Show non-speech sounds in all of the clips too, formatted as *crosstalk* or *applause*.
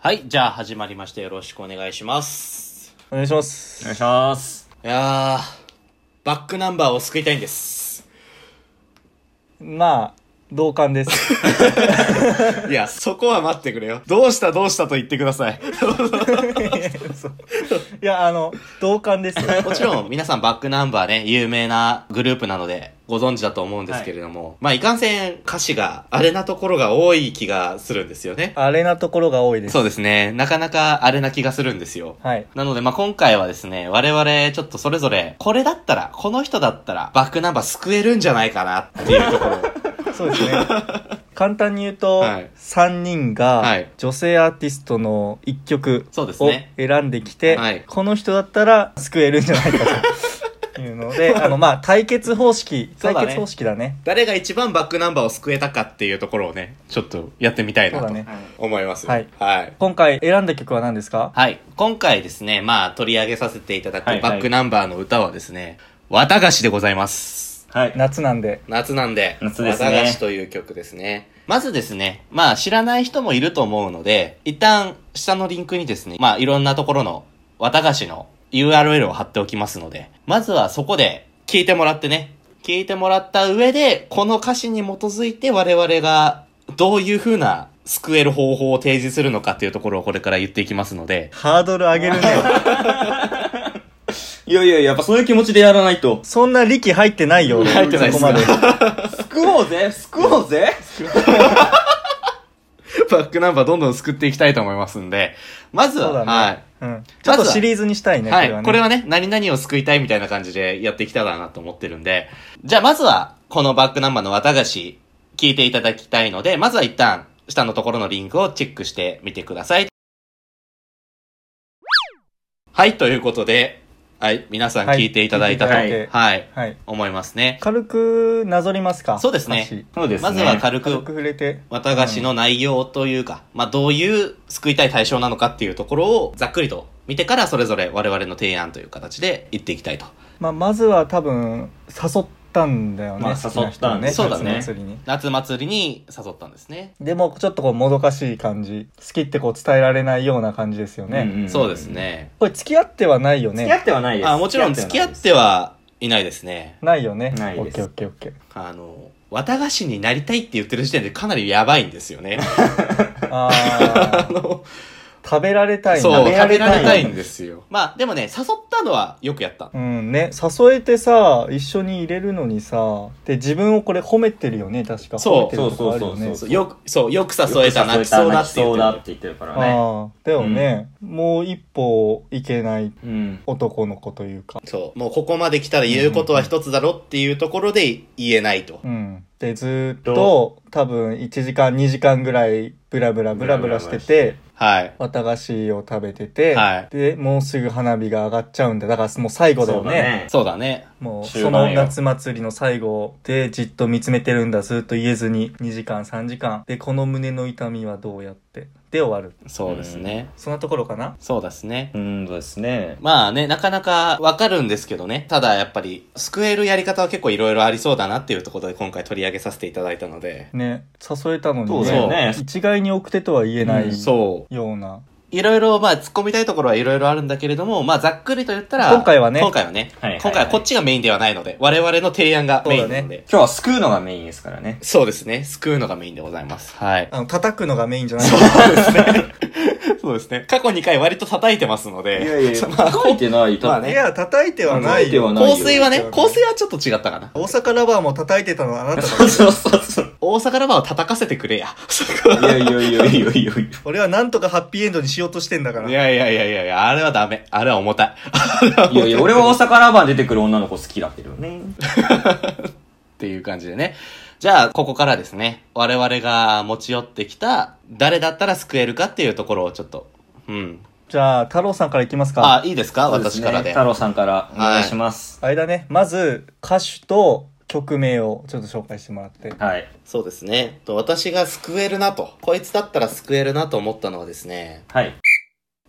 はい、じゃあ始まりました。よろしくお願いします。お願いしますお願いします。いやー、バックナンバーを救いたいんです。まあ同感です *laughs* いや、そこは待ってくれよ。どうしたどうしたと言ってください。いやあの同感ですよ *laughs* もちろん皆さんバックナンバーね、有名なグループなので、ご存知だと思うんですけれども、まあいかんせん歌詞がアれなところが多い気がするんですよね。あれなところが多いですそうですね。なかなかアれな気がするんですよ。はいなので、まあ、今回はですね、我々、ちょっとそれぞれ、これだったら、この人だったら、バックナンバー救えるんじゃないかなっていうところ。そうですね簡単に言うと、はい3人はがい女性アーティストの1曲そうですをね選んできてはいこの人だったら救えるんじゃないかというの *laughs* であのまあ対決方式そう対だね決方式だね誰が一番バックナンバーを救えたかっていうところをね、ちょっとやってみたいそうなだとね思います。はい。はい。今回選んだ曲は何ですかはい。今回ですね、まあ、取り上げさせていただくはいはいバックナンバーの歌はですね、綿菓子でございます。はい。夏なんで夏なんで、夏ですね綿菓子という曲ですね。まずですね、まあ、知らない人もいると思うので、一旦、下のリンクにですね、まあ、いろんなところの綿菓子の URL を貼っておきますので、まずはそこで聞いてもらってね、聞いてもらった上で、この歌詞に基づいて我々がどういう風な救える方法を提示するのかっていうところをこれから言っていきますので、ハードル上げるねいやいや、やっぱそういう気持ちでやらないと。そんな力入ってないよ入ってないっすここまで *laughs* 救おうぜ救おうぜバックナンバーどんどん救っていきたいと思いますんで、まずそうだは、ね。はい。うん。ちょっとシリーズにしたいね、はい、これはね。これはね、何々を救いたいみたいな感じでやってきたらなと思ってるんで、じゃあまずは、このバックナンバーの綿菓子、聞いていただきたいので、まずは一旦、下のところのリンクをチェックしてみてください。はい、ということで、はい、皆さんはい聞いていただいたと、は聞いいていただいてはい。思いますね。軽くなぞりますかそうですね歌詞そうですね。まずは軽軽くく、触れて。綿菓子の内容というか、まあどういう救いたい対象なのかっていうところをざっくりと見てからそれぞれ我々の提案という形で言っていきたいと。まあ、まずは多分、誘ったんだよね。まあ好きな人誘ったをね。んですそうだね夏祭りに。夏祭りに誘ったんですね。でも、ちょっとこう、もどかしい感じ。好きってこう、伝えられないような感じですよね。んんそうです。ね。これ、付き合ってはないよ付き合ね。ってはないです。あ、もちろん付き合ってはいないですね。ないよね。ないですオッケーオッケーオッケあの、綿菓子になりたいって言ってる時点でかなりやばいんですよ *laughs* ね。ー。あ *laughs* あの、ー食べられたいなそう、べ食らべれらたいれたいんですよ。まあでもね、誘ったのはよくやった。うんね、誘えてさ、一緒に入れるのにさ、で、自分をこれ褒めてるよね、確か。そう褒めてるとこあるよねそうそうそうそうそうよく、そう、よくな誘えた、泣きそうだって言っそうてだたって言ってるからね。ああだよね、もう一歩いけないうん。男の子というかそう。もうここまで来たら言うことは一つだろっていうところで言えないとう。んでずーっと多分1時間2時間ぐらいブラブラブラブラしててはい。綿菓子を食べてて、はいでもうすぐ花火が上がっちゃうんだだからもう最後だよね。そうだね。もう終そ盤のよ夏祭りの最後でじっと見つめてるんだずっと言えずに2時間3時間でこの胸の痛みはどうやってで終わるそうですね。そんなところかなそうですね。うん、そうですね。まあね、なかなかわかるんですけどね。ただやっぱり、救えるやり方は結構いろいろありそうだなっていうところで今回取り上げさせていただいたので。ね誘えたのにそうだよね一概に奥手とは言えない、うんそう。ようないろいろ、まあ、突っ込みたいところはいろいろあるんだけれども、まあ、ざっくりと言ったら、今回はね今回はね、はいはいはい今回はこっちがメインではないので、我々の提案がメインなそのうだで。今日は救うのがメインですからね。そうですね。救うのがメインでございます。はい。あの叩くのがメインじゃないそうですね。そうですね。過去2回割と叩いてますので。 *laughs* 叩いてない。まあねいや叩いてはないよ叩いて香水はねないよ、香水はちょっと違ったかな。大阪ラバーも叩いてたのはあなただ *laughs* そうそうそうそう。大阪ラバーを叩かせてくれや。そこいやいやいやいやいやい俺はなんとかハッピーエンドにしようとしてんだかは。らいやいやいやいやいや、あれはダメ。あれは重たい。や。いやいや、俺は大阪ラバー出てくる女の子好きだけどね。っていう感じでね。じゃあ、ここからですね。我々が持ち寄ってきた、誰だったら救えるかっていうところをちょっと。うん。じゃあ太郎さんからいきますかあ、いいですかそうです私ねからで。太郎さんからお願いします。あれだねまず歌手と曲名をちょっと紹介してもらってはい。そうですね。と私が救えるなと。こいつだったら救えるなと思ったのはですね、はい。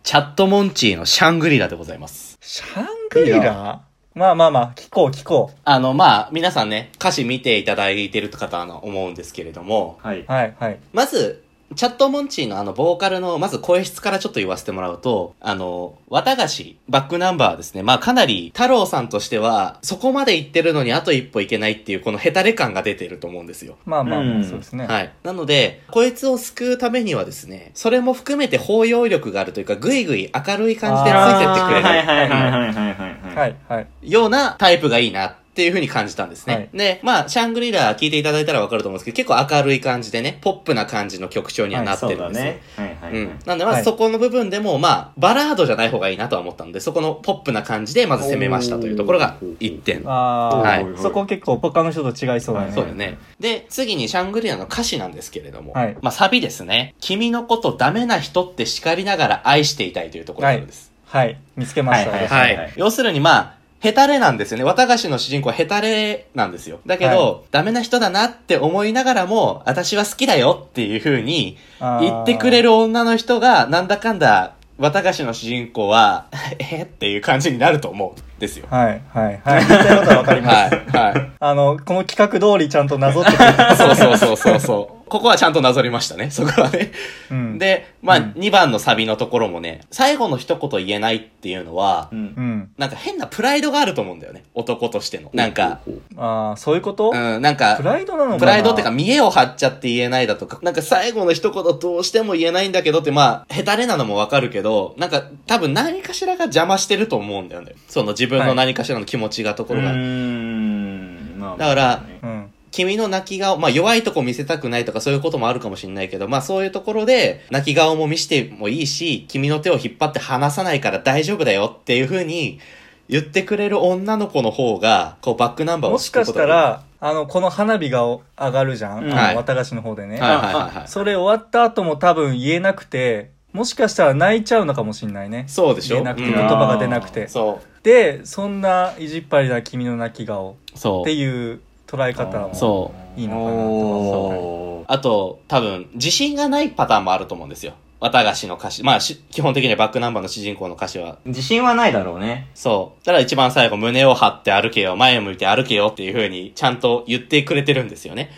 チャットモンチーのシャングリラでございます。シャングリラまあまあまあ聞こう聞こあの、まあ、皆さんね、歌詞見ていただいてる方はあの思うんですけれども、はい。うはいはいまず、チャットモンチーのあの、ボーカルの、まず声質からちょっと言わせてもらうと、あの、綿菓子、バックナンバーですね。まあかなり、太郎さんとしては、そこまで行ってるのにあと一歩行けないっていう、このヘタレ感が出てると思うんですよ。まあまあまあ、うんそうですね。はい。なので、こいつを救うためにはですね、それも含めて包容力があるというか、ぐいぐい明るい感じでついてってくれる。はいはいはいはいはいはい。はい、はい。ようなタイプがいいなっていう風に感じたんですね。はいで、まあ、シャングリラ聞いていただいたらわかると思うんですけど、結構明るい感じでね、ポップな感じの曲調にはなってそうるんだですよ。ね。はいうはいはいん。。なんで、まはあ、いそこの部分でも、まあ、バラードじゃない方がいいなとは思ったので、そこのポップな感じで、まず攻めましたというところが1点。ああ、はいそこ結構他の人と違いそうだね。そうだね。で、次にシャングリラの歌詞なんですけれども、はいまあ、サビですね。君のことダメな人って叱りながら愛していたいというところなんです。はい、見つけました。はい私はい。はい要するにまあ、ヘタレなんですよね。綿菓子の主人公はヘタレなんですよ。だけど、はダメな人だなって思いながらも、私は好きだよっていう風にあー言ってくれる女の人が、なんだかんだ、綿菓子の主人公は、 *laughs* えっていう感じになると思うんですよ。はい、はい、はい。言いたいことはわかり *laughs* ます。はい。はあの、この企画通りちゃんとなぞってくれて *laughs* い。そうそうそうそうそう。ここはちゃんとなぞりましたね。そこはね。う *laughs* ん、で、まあ、うん2番のサビのところもね、最後の一言言えないっていうのはう、んう。ん。なんか変なプライドがあると思うんだよね。男としての。なんか、ああ、そういうこと、うん、なんかプ、ライドなのかなプライドってか、見栄を張っちゃって言えないだとか、なんか最後の一言どうしても言えないんだけどって、まあ、ヘタレなのもわかるけど、なんか多分何かしらが邪魔してると思うんだよね。その自分の何かしらの気持ちがところが。うーんまあだからうん。君の泣き顔、まあ弱いとこ見せたくないとかそういうこともあるかもしれないけど、まあそういうところで泣き顔も見してもいいし、君の手を引っ張って離さないから大丈夫だよっていう風に言ってくれる女の子の方が、こうバックナンバーをもしかしたら、あの、この花火が上がるじゃん、うんあの綿菓子の方でね、聞くことができる、はいはいはいはい。それ終わった後も多分言えなくて、もしかしたら泣いちゃうのかもしれないね。そうでしょ言えなくて、うん言葉が出なくて。そで、そんな意地っぱりな君の泣き顔う。そっていう捉え方も。そういいのかなとおーあと、多分、自信がないパターンもあると思うんですよ。綿菓子の歌詞。まあ、し基本的にはバックナンバーの主人公の歌詞は。自信はないだろうねそう。だから一番最後、胸を張って歩けよ、前を向いて歩けよっていう風に、ちゃんと言ってくれてるんですよね。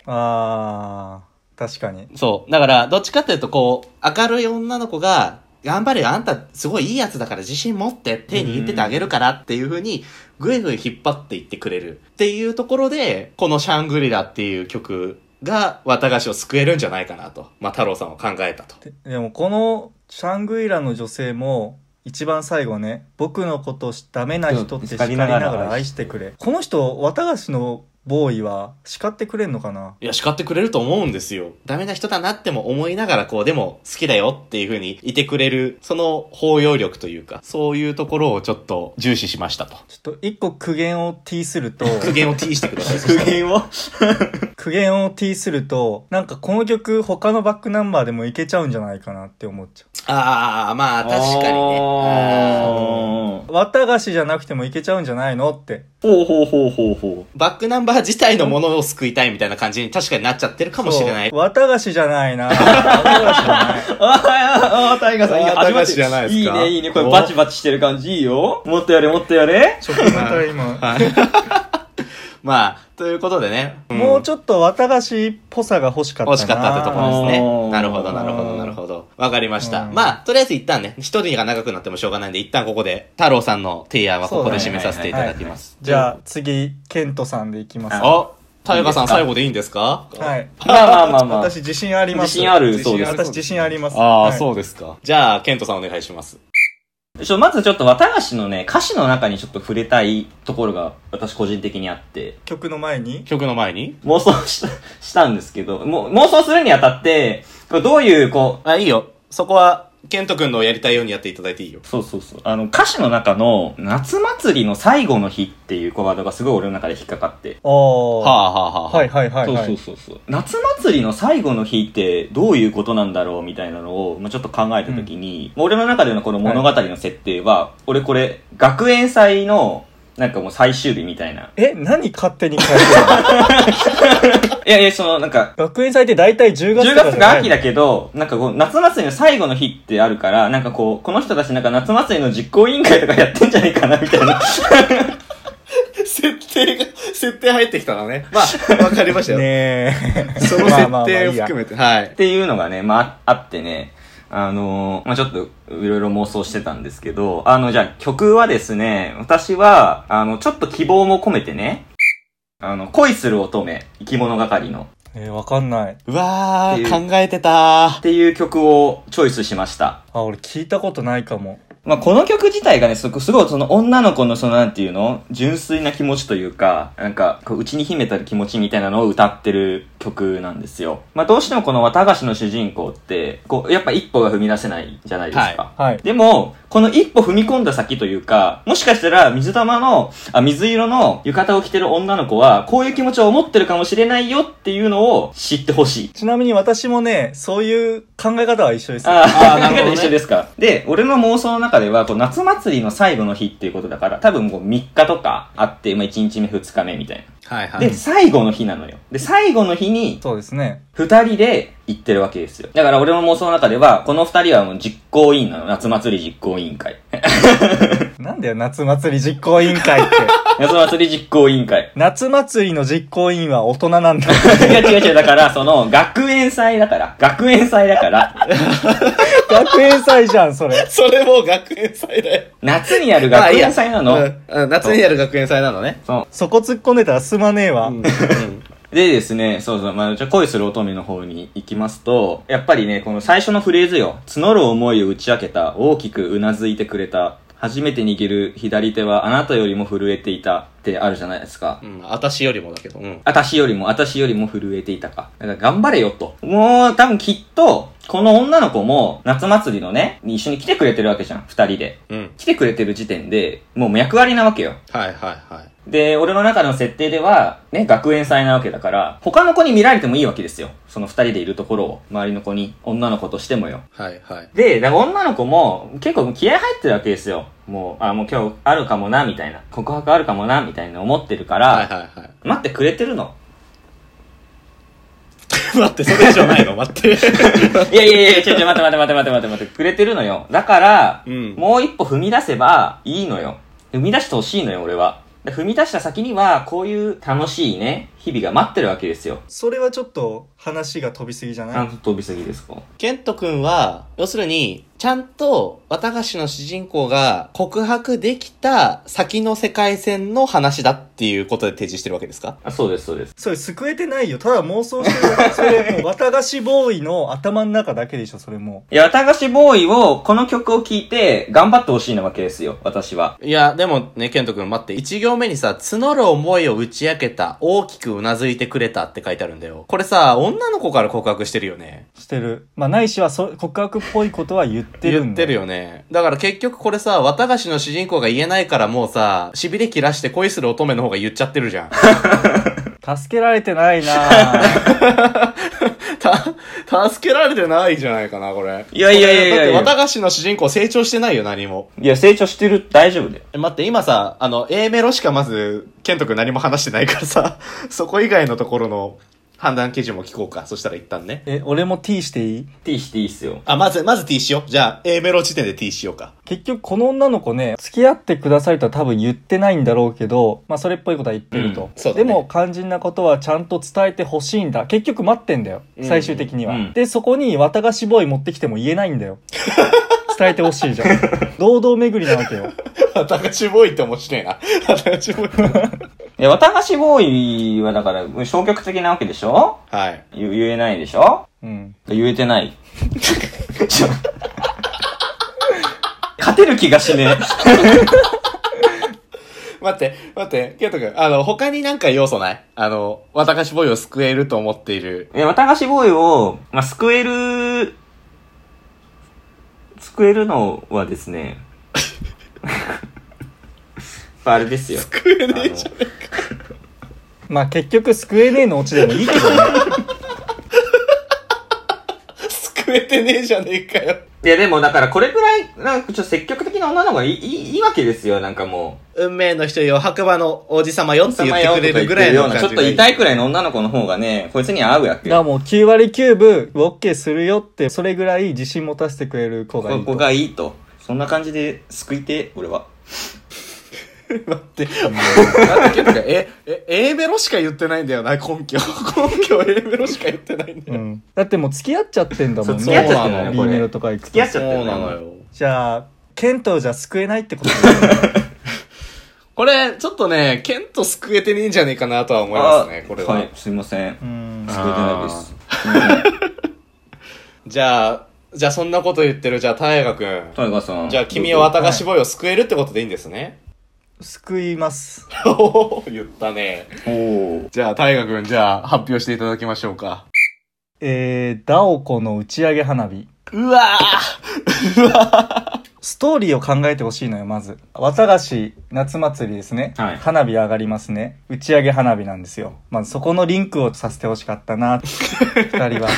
あー、確かに。そう。だから、どっちかっていうと、こう、明るい女の子が、頑張れよ、あんた、すごいいいやつだから自信持って、手に言っててあげるからっていう風に、ぐいぐい引っ張っていってくれる。っていうところで、このシャングリラっていう曲が、綿菓子を救えるんじゃないかなと。まあ、太郎さんは考えたと。ででもこのシャングイラの女性も一番最後ね僕のことをダメな人って叱りながら愛してくれこの人綿菓子のボーイは叱ってくれんのかないや、叱ってくれると思うんですよ。ダメな人だなっても思いながら、こう、でも好きだよっていう風にいてくれる、その包容力というか、そういうところをちょっと重視しましたと。ちょっと一個苦言を T すると苦言を T してください。 *laughs* 苦言を苦言を T するとなんかこの曲他のバックナンバーでもいけちゃうんじゃないかなって思っちゃあー、まあ、確かにね。あーおーう綿菓子じゃなくてもいけちゃうんじゃないのってほうほうほうほうほバックナンバー自体のものを救いたいみたいな感じに確かになっちゃってるかもしれないそ。う綿菓子じゃないな綿菓子じゃないうあーあータイガーさんいいあー始まっタイガーて氏じゃないですかいいねいいねこれバチバチしてる感じいいよもっとやれもっとやれちょっとまた今はいまあ、ということでね。もうちょっと綿菓子っぽさが欲しかったな欲しかったってところですあーね。なるほど、なるほど、なるほど。わかりました。うんまあ、とりあえず一旦ね、一人が長くなってもしょうがないんで、一旦ここで、太郎さんの提案はここでそ締うだめねさせていただきます。じゃあ次、ケントさんでいきます。あ、はタイガーさいんいですか最後でいいんですかはい。まあまあまあまあ私自信あります。自信あるそうです私自信あります。う。うですか。じゃあ、ケントさんお願いします。ちょまずちょっと綿菓子のね歌詞の中にちょっと触れたいところが私個人的にあって曲の前に曲の前に妄想ししたんですけどもう妄想するにあたってこれどういうこうあ、いいよ。そこは、ケント君のやりたいようにやっていただいていいよ。そうそうそう。あの、歌詞の中の、夏祭りの最後の日っていうワードがすごい俺の中で引っかかって。ああ。はあ、はあはあ、はいはいはい。そうそうそうそう。夏祭りの最後の日ってどういうことなんだろうみたいなのを、まあ、ちょっと考えた時に、もう俺の中でのこの物語の設定は、俺これ、学園祭の、なんかもう最終日みたいな。え、何勝手に書いてるの *laughs* いやいや、その、なんか、学園祭って大体10月10とか月じゃながい秋だけど、なんかこう、夏祭りの最後の日ってあるから、なんかこう、この人たちなんか夏祭りの実行委員会とかやってんじゃないかな、みたいな。設定が、設定入ってきたの *laughs* ね。まあ、わかりましたよ。ねえ。 *laughs* その設定を含めて、はいっ。ていうのがね、まあ、あってね、あのーまあ、ちょっと、いろいろ妄想してたんですけど、あの、じゃあ曲はですね、私は、あの、ちょっと希望も込めてね、あの、恋する乙女、生き物係の、えー、わかんない。うわっていー、考えてたっていう曲をチョイスしました。あ、俺聞いたことないかも。まあ、この曲自体がね、すごすごいその女の子のそのなんていうの純粋な気持ちというか、なんか、こう内に秘めたる気持ちみたいなのを歌ってる曲なんですよ。まあ、どうしてもこの綿菓子の主人公って、こう、やっぱ一歩が踏み出せないじゃないですか。はいはい。でも、この一歩踏み込んだ先というか、もしかしたら水玉の、あ、水色の浴衣を着てる女の子は、こういう気持ちを持ってるかもしれないよっていうのを知ってほしい。ちなみに私もね、そういう考え方は一緒です。あああ、ーななるほるどね一緒ですか。 *laughs* で、俺の妄想の中では、こう夏祭りの最後の日っていうことだから、多分こう3日とかあって、まあ1日目、2日目みたいはいはな。で、最後の日なのよ。で、最後の日に、 *laughs* そうですね。 2人で行ってるわけですよ。だから俺の妄想の中では、この2人はもう実行委員なの。夏祭り実行委員会。なんだよ、夏祭り実行委員 *laughs* 会って。夏祭り実行委員会。夏祭りの実行委員は大人なんだ。 *laughs* いや違う違う、だから、その、学園祭だから、学園祭だから、学園祭じゃん、それ。それもう学園祭だよ。夏にやるまあ学いいや園祭なうの。んうん夏にやる学園祭なのね。そそこ突っ込んでたらすまねえわ。うんう。でですね、そうそう、まあ、じゃあ恋する乙女の方に行きますと、やっぱりね、この最初のフレーズよ。募る思いを打ち明けた、大きくうなずいてくれた、初めて握る左手はあなたよりも震えていたってあるじゃないですか。うん。私よりもだけど。うん。私よりも、私よりも震えていたか。だから頑張れよと。もう、多分きっと、この女の子も、夏祭りのね、に一緒に来てくれてるわけじゃん、二人で。うん。来てくれてる時点で、もう役割なわけよ。はいはいはい。で、俺の中の設定では、ね、学園祭なわけだから、他の子に見られてもいいわけですよ。その二人でいるところを、周りの子に、女の子としてもよ。はいはい。で、だから女の子も、結構気合入ってるわけですよ。もう、あ、もう今日あるかもな、みたいな。告白あるかもな、みたいな思ってるから、はいはいはい。待ってくれてるの。 *laughs* 待って、それ以上ないの待って。いやいやいや、ちょちょ、待って待って待って待って待って待って、くれてるのよ。だから、 *laughs* うんもう一歩踏み出せばいいのよ。踏み出してほしいのよ、俺は。で踏み出した先には、こういう楽しいね、日々が待ってるわけですよ。それはちょっと話が飛びすぎじゃあないんと飛びすぎですかケント君は、要するに、ちゃんと、綿菓子の主人公が告白できた先の世界線の話だっていうことで提示してるわけですかあ、そうです、そうです。それ救えてないよ。ただ妄想してるだけ。それもう、綿菓子ボーイの頭の中だけでしょ、それもいや、綿菓子ボーイを、この曲を聴いて、頑張ってほしいなわけですよ、私は。いや、でもね、ケント君待って、一行目にさ、募る思いを打ち明けた、大きくうなずいてくれたって書いてあるんだよ。これさ、女の子から告白してるよね。う。してる。まあ、ないしはそ、告白っぽいことは言ってる言っんだてるよね。だから結局これさ、綿菓子の主人公が言えないからもうさ、痺れ切らして恋する乙女の方が言っちゃってるじ *laughs* ゃん。助けられてないなぁた、助けられてないんじゃないかな、これ。いやいやいやいやいやこれだって綿菓子の主人公成長してないよ、何も。 *laughs* いや、成長してる、大丈夫だよ。え、待って、今さ、あの、A メロしかまず、ケント君何も話してないからさ、そこ以外のところの判断基準も聞こうか。そしたら一旦ね。え、俺も T していい T していいっすよ。あ、まず、まず T しよう。じゃあ、A メロ時点で T しようか。 *laughs* 結局この女の子ね、付き合ってくださいとは多分言ってないんだろうけど、まあそれっぽいことは言ってると。うんそうだでねも肝心なことはちゃんと伝えてほしいんだ。結局待ってんだよ。うん最終的には。うんで、そこに綿菓子ボーイ持ってきても言えないんだよ。伝えてほし *laughs* いじゃん。堂々巡りなわけよ。綿菓子ボーイって面白いな。 *laughs* 綿菓子ボーイ。いや、綿菓子ボーイは、だから、消極的なわけでしょはい。言言えないでしょうん。言えて *laughs* ない。ちょ勝てる気がしね待って、待って、ケント君、あの、他になんか要素ないあの、綿菓子ボーイを救えると思っている。え。え、綿菓子ボーイを、まあ、救える、救えるのはですね、 *laughs* あれですよ。 *laughs* 救えあねえのじゃん。まあ結局救えねえのオチでもいいけどね。救えてねえじゃねえかよ。いやでもだからこれくらい、なんかちょっと積極的な女の子がいいいいいいわけですよ、なんかもう。運命の人よ、白馬の王子様よって言名っ前てくをれるぐらいの感じちょっと痛いくらいの女の子の方がね、こいつに合うわけだからよ。もう9割9分 OK するよって、それぐらい自信持たせてくれる子がいこい。ことがいいと。そんな感じで救いてえ、俺は。待って。 *laughs* だって結構え、え、A ベロしか言ってないんだよな、根拠。 *laughs* 根拠 A ベロしか言ってないんだうよ。ん、だってもう付き合っちゃってんだもんね。そう付き合っちゃってんだよビこーれメロとか行く付きと合。っちゃってるそうななのこれよ。じゃあ、ケントじゃ救えないってことだよねこれ、ちょっとね、ケント救えてねえんじゃねえかなとは思いますね、あこれは。い、すいませんう。ん。作れてないです。じゃあ、じゃあそんなこと言ってる、じゃあ大河君。タイガーさん。じゃあ君はどうぞ綿菓子ボーイを救えるってことでいいんですね。 *laughs* 救います。おお言ったね。おーじゃあ大河君、じゃあ発表していただきましょうか。えー、ダオコの打ち上げ花火。うわストーリーを考えてほしいのよ、まず。綿菓子夏祭りですね。はい花火上がりますね。打ち上げ花火なんですよ。まずそこのリンクをさせてほしかったな、二人は。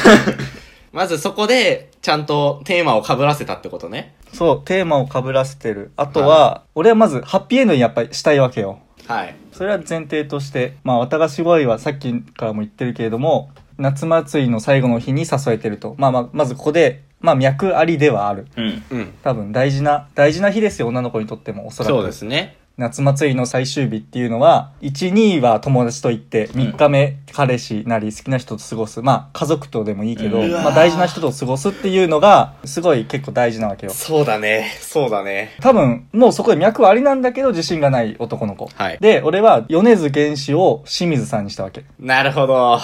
まずそこで、ちゃんとテーマを被らせたってことね。そう、テーマを被らせてる。あとは、俺はまずハッピーエンドにやっぱりしたいわけよ。はい。それは前提として、まあ、綿菓子ボーイはさっきからも言ってるけれども、夏祭りの最後の日に誘えてると。まあまあ、まずここで、まあ脈ありではある。うん。うん。多分大事な、大事な日ですよ、女の子にとっても、おそらく。そうですね。夏祭りの最終日っていうのは、1、2は友達と行って、3日目、彼氏なり好きな人と過ごす。まあ、家族とでもいいけど、うわまあ大事な人と過ごすっていうのが、すごい結構大事なわけよ。そうだね。そうだね。多分、もうそこで脈はありなんだけど、自信がない男の子。はい。で、俺は、米津玄師を清水さんにしたわけ。なるほど。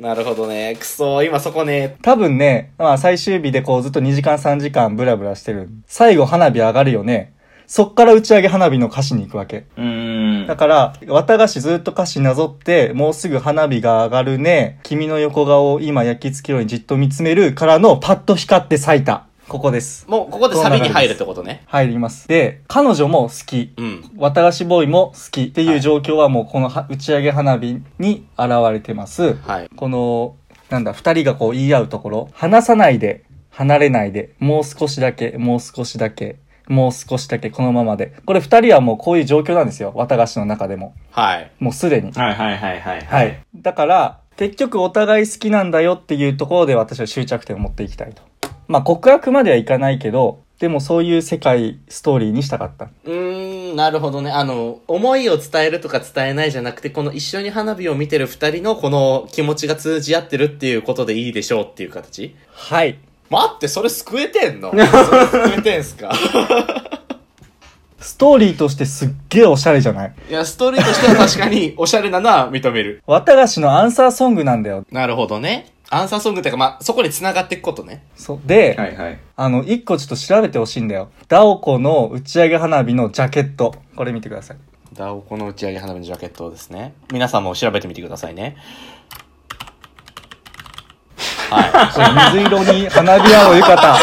なるほどね。くそ、今そこね。多分ね、まあ最終日でこうずっと2時間3時間ブラブラしてる。最後花火上がるよね。そっから打ち上げ花火の歌詞に行くわけ。うーん。だから、綿菓子ずっと歌詞なぞって、もうすぐ花火が上がるね。君の横顔を今焼き付けようにじっと見つめるからのパッと光って咲いた。ここです。もう、ここでサビに入るってことね。入ります。で、彼女も好き。うん。綿菓子ボーイも好きっていう状況はもうこのは打ち上げ花火に現れてます。はい。この、なんだ、二人がこう言い合うところ、離さないで、離れないで、もう少しだけ、もう少しだけ、もう少しだけ、このままで。これ二人はもうこういう状況なんですよ。綿菓子の中でも。はい。もうすでに。はいはいはいはい。はい。だから、結局お互い好きなんだよっていうところで私は執着点を持っていきたいと。まあ告白まではいかないけど、でもそういう世界、ストーリーにしたかった。うーん、なるほどね。あの、思いを伝えるとか伝えないじゃなくて、この一緒に花火を見てる二人のこの気持ちが通じ合ってるっていうことでいいでしょうっていう形はい。待って、それ救えてん *laughs* のそれ救えてんすかストーリーとしてすっげえおしゃれじゃないいや、ストーリーとしては確かにおしゃれなのは認める。綿菓子のアンサーソングなんだよ。なるほどね。アンサーソングっていうか、まあ、そこに繋がっていくことね。そう。で、はいはい。あの、一個ちょっと調べてほしいんだよ。ダオコの打ち上げ花火のジャケット。これ見てください。ダオコの打ち上げ花火のジャケットですね。皆さんも調べてみてくださいね。はい。これ水色に花火青浴衣。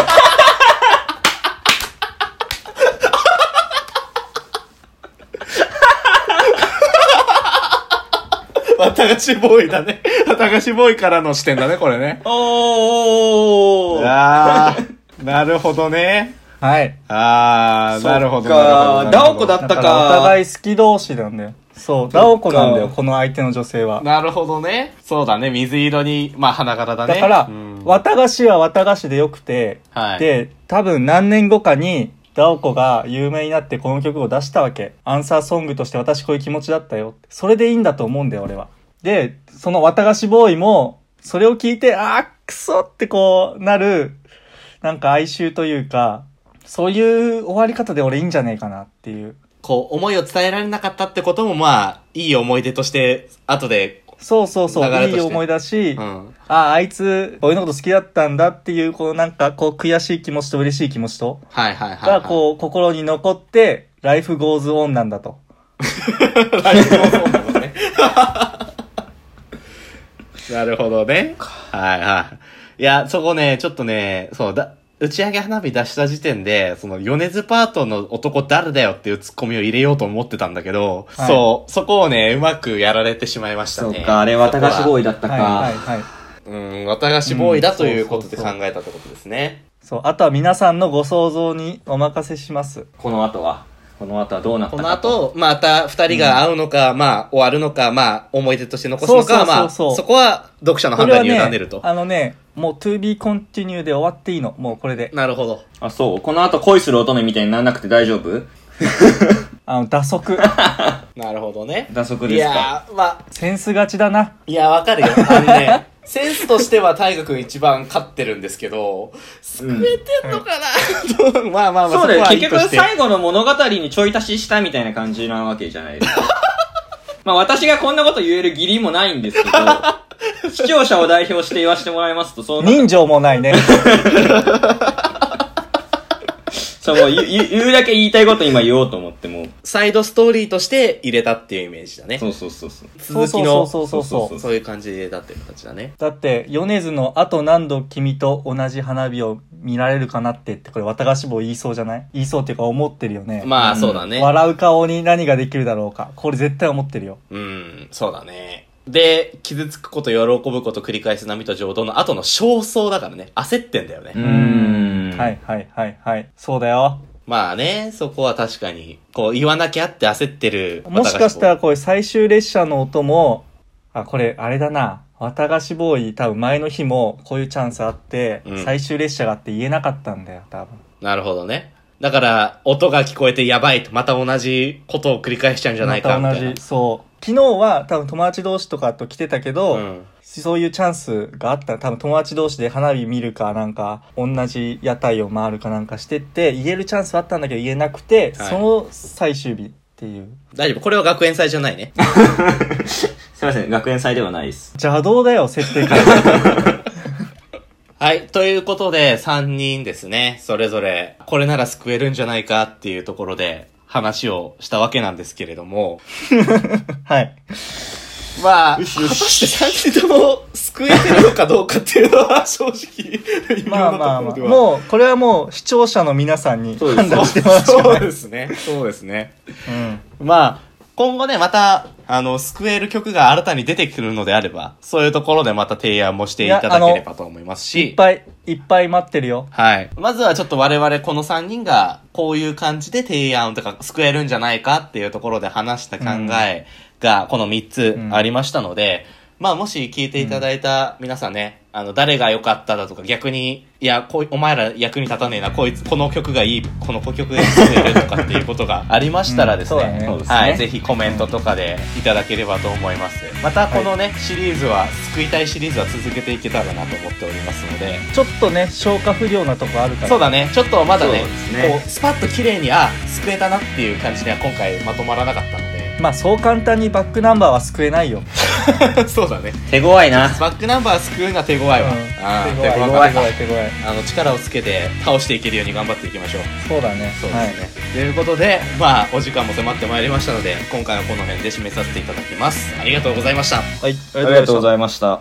綿菓子ボーイだ *laughs* ね。綿菓子ボーイからの視点だね、これね。おーあー、 *laughs* なるほどね。はい。あー、なるほど。なるほどダオコだだっからたおか。互い好き同士なんだよ。そう、ダオコなんだよ、この相手の女性は。なるほどね。そうだね。水色に、まあ、花柄だね。だからうん、綿菓子は綿菓子でよくて、はい。で、多分何年後かに、ダオコが有名になってこの曲を出したわけ。アンサーソングとして私こういう気持ちだったよ。それでいいんだと思うんだよ、俺は。で、その綿菓子ボーイも、それを聞いて、あー、くそってこう、なる、なんか哀愁というか、そういう終わり方で俺いいんじゃねえかなっていう。こう、思いを伝えられなかったってことも、まあ、いい思い出として、後で、そうそうそ流れう、としいてい思いだし、うん。あー、あいつ、俺のこと好きだったんだっていう、こうなんか、こう悔しい気持ちと嬉しい気持ちと、はいはいはい、はい。がこう心に残って、ライフゴーズオンなんだと。ライブもそうなのね。 *laughs* なるほどね。はいはい。いや、そこね、ちょっとね、そうだ、打ち上げ花火出した時点で、その、米津パートの男誰だよっていうツッコミを入れようと思ってたんだけど、はいそう、そこをね、うまくやられてしまいましたそね。うか、あれ綿菓子ボーイ。ーイだったはいはいか。はい。うん、綿菓子ボーイだということでうん考そうそうそうえたってことですね。そう、あとは皆さんのご想像にお任せします。この後は。この後はどうなったこかのと。後、また二人が会うのか、まあ、終わるのか、まあ、思い出として残すのかは、まあ、そうそうそうそうそこは読者のこ判れ断には委ねねると、。あのね、もう to be continue で終わっていいの。もうこれで。なるほど。あ、そう。この後恋する乙女みたいにならなくて大丈夫ああの、打 *laughs* 足。なるほどね。打足いですかやー、まあ、センス勝ちだな。いや、わかる *laughs* よ。あのね、センスとしては大河君一番勝ってるんですけど、救えてんのかな、と *laughs* まあまあまあ、そうだよ。はいい結と局して最後の物語にちょい足ししたみたいな感じなわけじゃないですか。 *laughs* まあ私がこんなこと言える義理もないんですけど、視聴者を代表して言わせてもらいますと、その、人情もないね。その言う言う言うだけ言いたいこと今言おうと思っても、サイドストーリーとして入れたっていうイメージだね。そうそうそうそう。続きの、そうそうそうそうそうそういう感じで入れたっていう形だね。だって、米津のあと何度君と同じ花火を見られるかなってって、これ綿菓子棒言いそうじゃない言いそうっていうか思ってるよね。まあ、うんそうだね。笑う顔に何ができるだろうか。これ絶対思ってるよ。うん、そうだね。で、傷つくこと、喜ぶこと、繰り返す波と情動の後の焦燥だからね、焦ってんだよね。うーん。はいはいはいはい。そうだよ。まあね、そこは確かに、こう言わなきゃって焦ってる。もしかしたら私これ最終列車の音も、あ、これあれだな。綿菓子ボーイ多分前の日もこういうチャンスあって、うん最終列車があって言えなかったんだよ、多分。も。なるほどね。だから、音が聞こえてやばいと、また同じことを繰り返しちゃうんじゃないか、みまたたいな。同じ。そう。昨日は多分友達同士とかと来てたけど、うん。そういうチャンスがあったら多分友達同士で花火見るかなんか同じ屋台を回るかなんかしてって言えるチャンスはあったんだけど言えなくて、はいその最終日っていう大丈夫。これは学園祭じゃないね。 *laughs* すいません、学園祭ではないです。邪道だよ設定からはい。ということで、3人ですね。それぞれ、これなら救えるんじゃないかっていうところで、話をしたわけなんですけれども。 *laughs* はいまあ、果たして3人とも救えてるのかどうかっていうのは、正直、微ま妙あまなあところまあでは。もうこれはもう視聴者の皆さんにそうで判す断してますよそうですね。そうですね。うんまあ、今後ね、また、あの、救える曲が新たに出てくるのであれば、そういうところでまた提案もしていただければと思いますいっし、ぱいいっぱい待ってるよはい。まずはちょっと我々この3人が、こういう感じで提案とか、救えるんじゃないかっていうところで話した考えが、この3つありましたので、まあ、もし聞いていただいた皆さんね、あの、誰が良かっただとか、逆に、いや、こいお前ら役に立たねえな、こいつ、この曲がいい、この曲が救えるとかっていうことがありましたらですね、うんそうだねそうですねはい、ぜひコメントとかでいただければと思います。またこのね、シリーズは、救いたいシリーズは続けていけたらなと思っておりますので、ちょっとね消化不良なとこあるからそうだね、ちょっとまだねそうですねこうスパッと綺麗に、あ、救えたなっていう感じには今回まとまらなかったのまあそう簡単にバックナンバーは救えないよで、 *laughs* そうだね。手強いな。バックナンバー救うのは手強いわ。あー手強い手強かっいた手強いあの、力をつけて倒していけるように頑張っていきましょう。そうだねそうですね。ということで、まあ、お時間も迫ってまいりましたので、今回はこの辺で締めさせていただきます。ありがとうございました。はい、はい、あありがとうございました。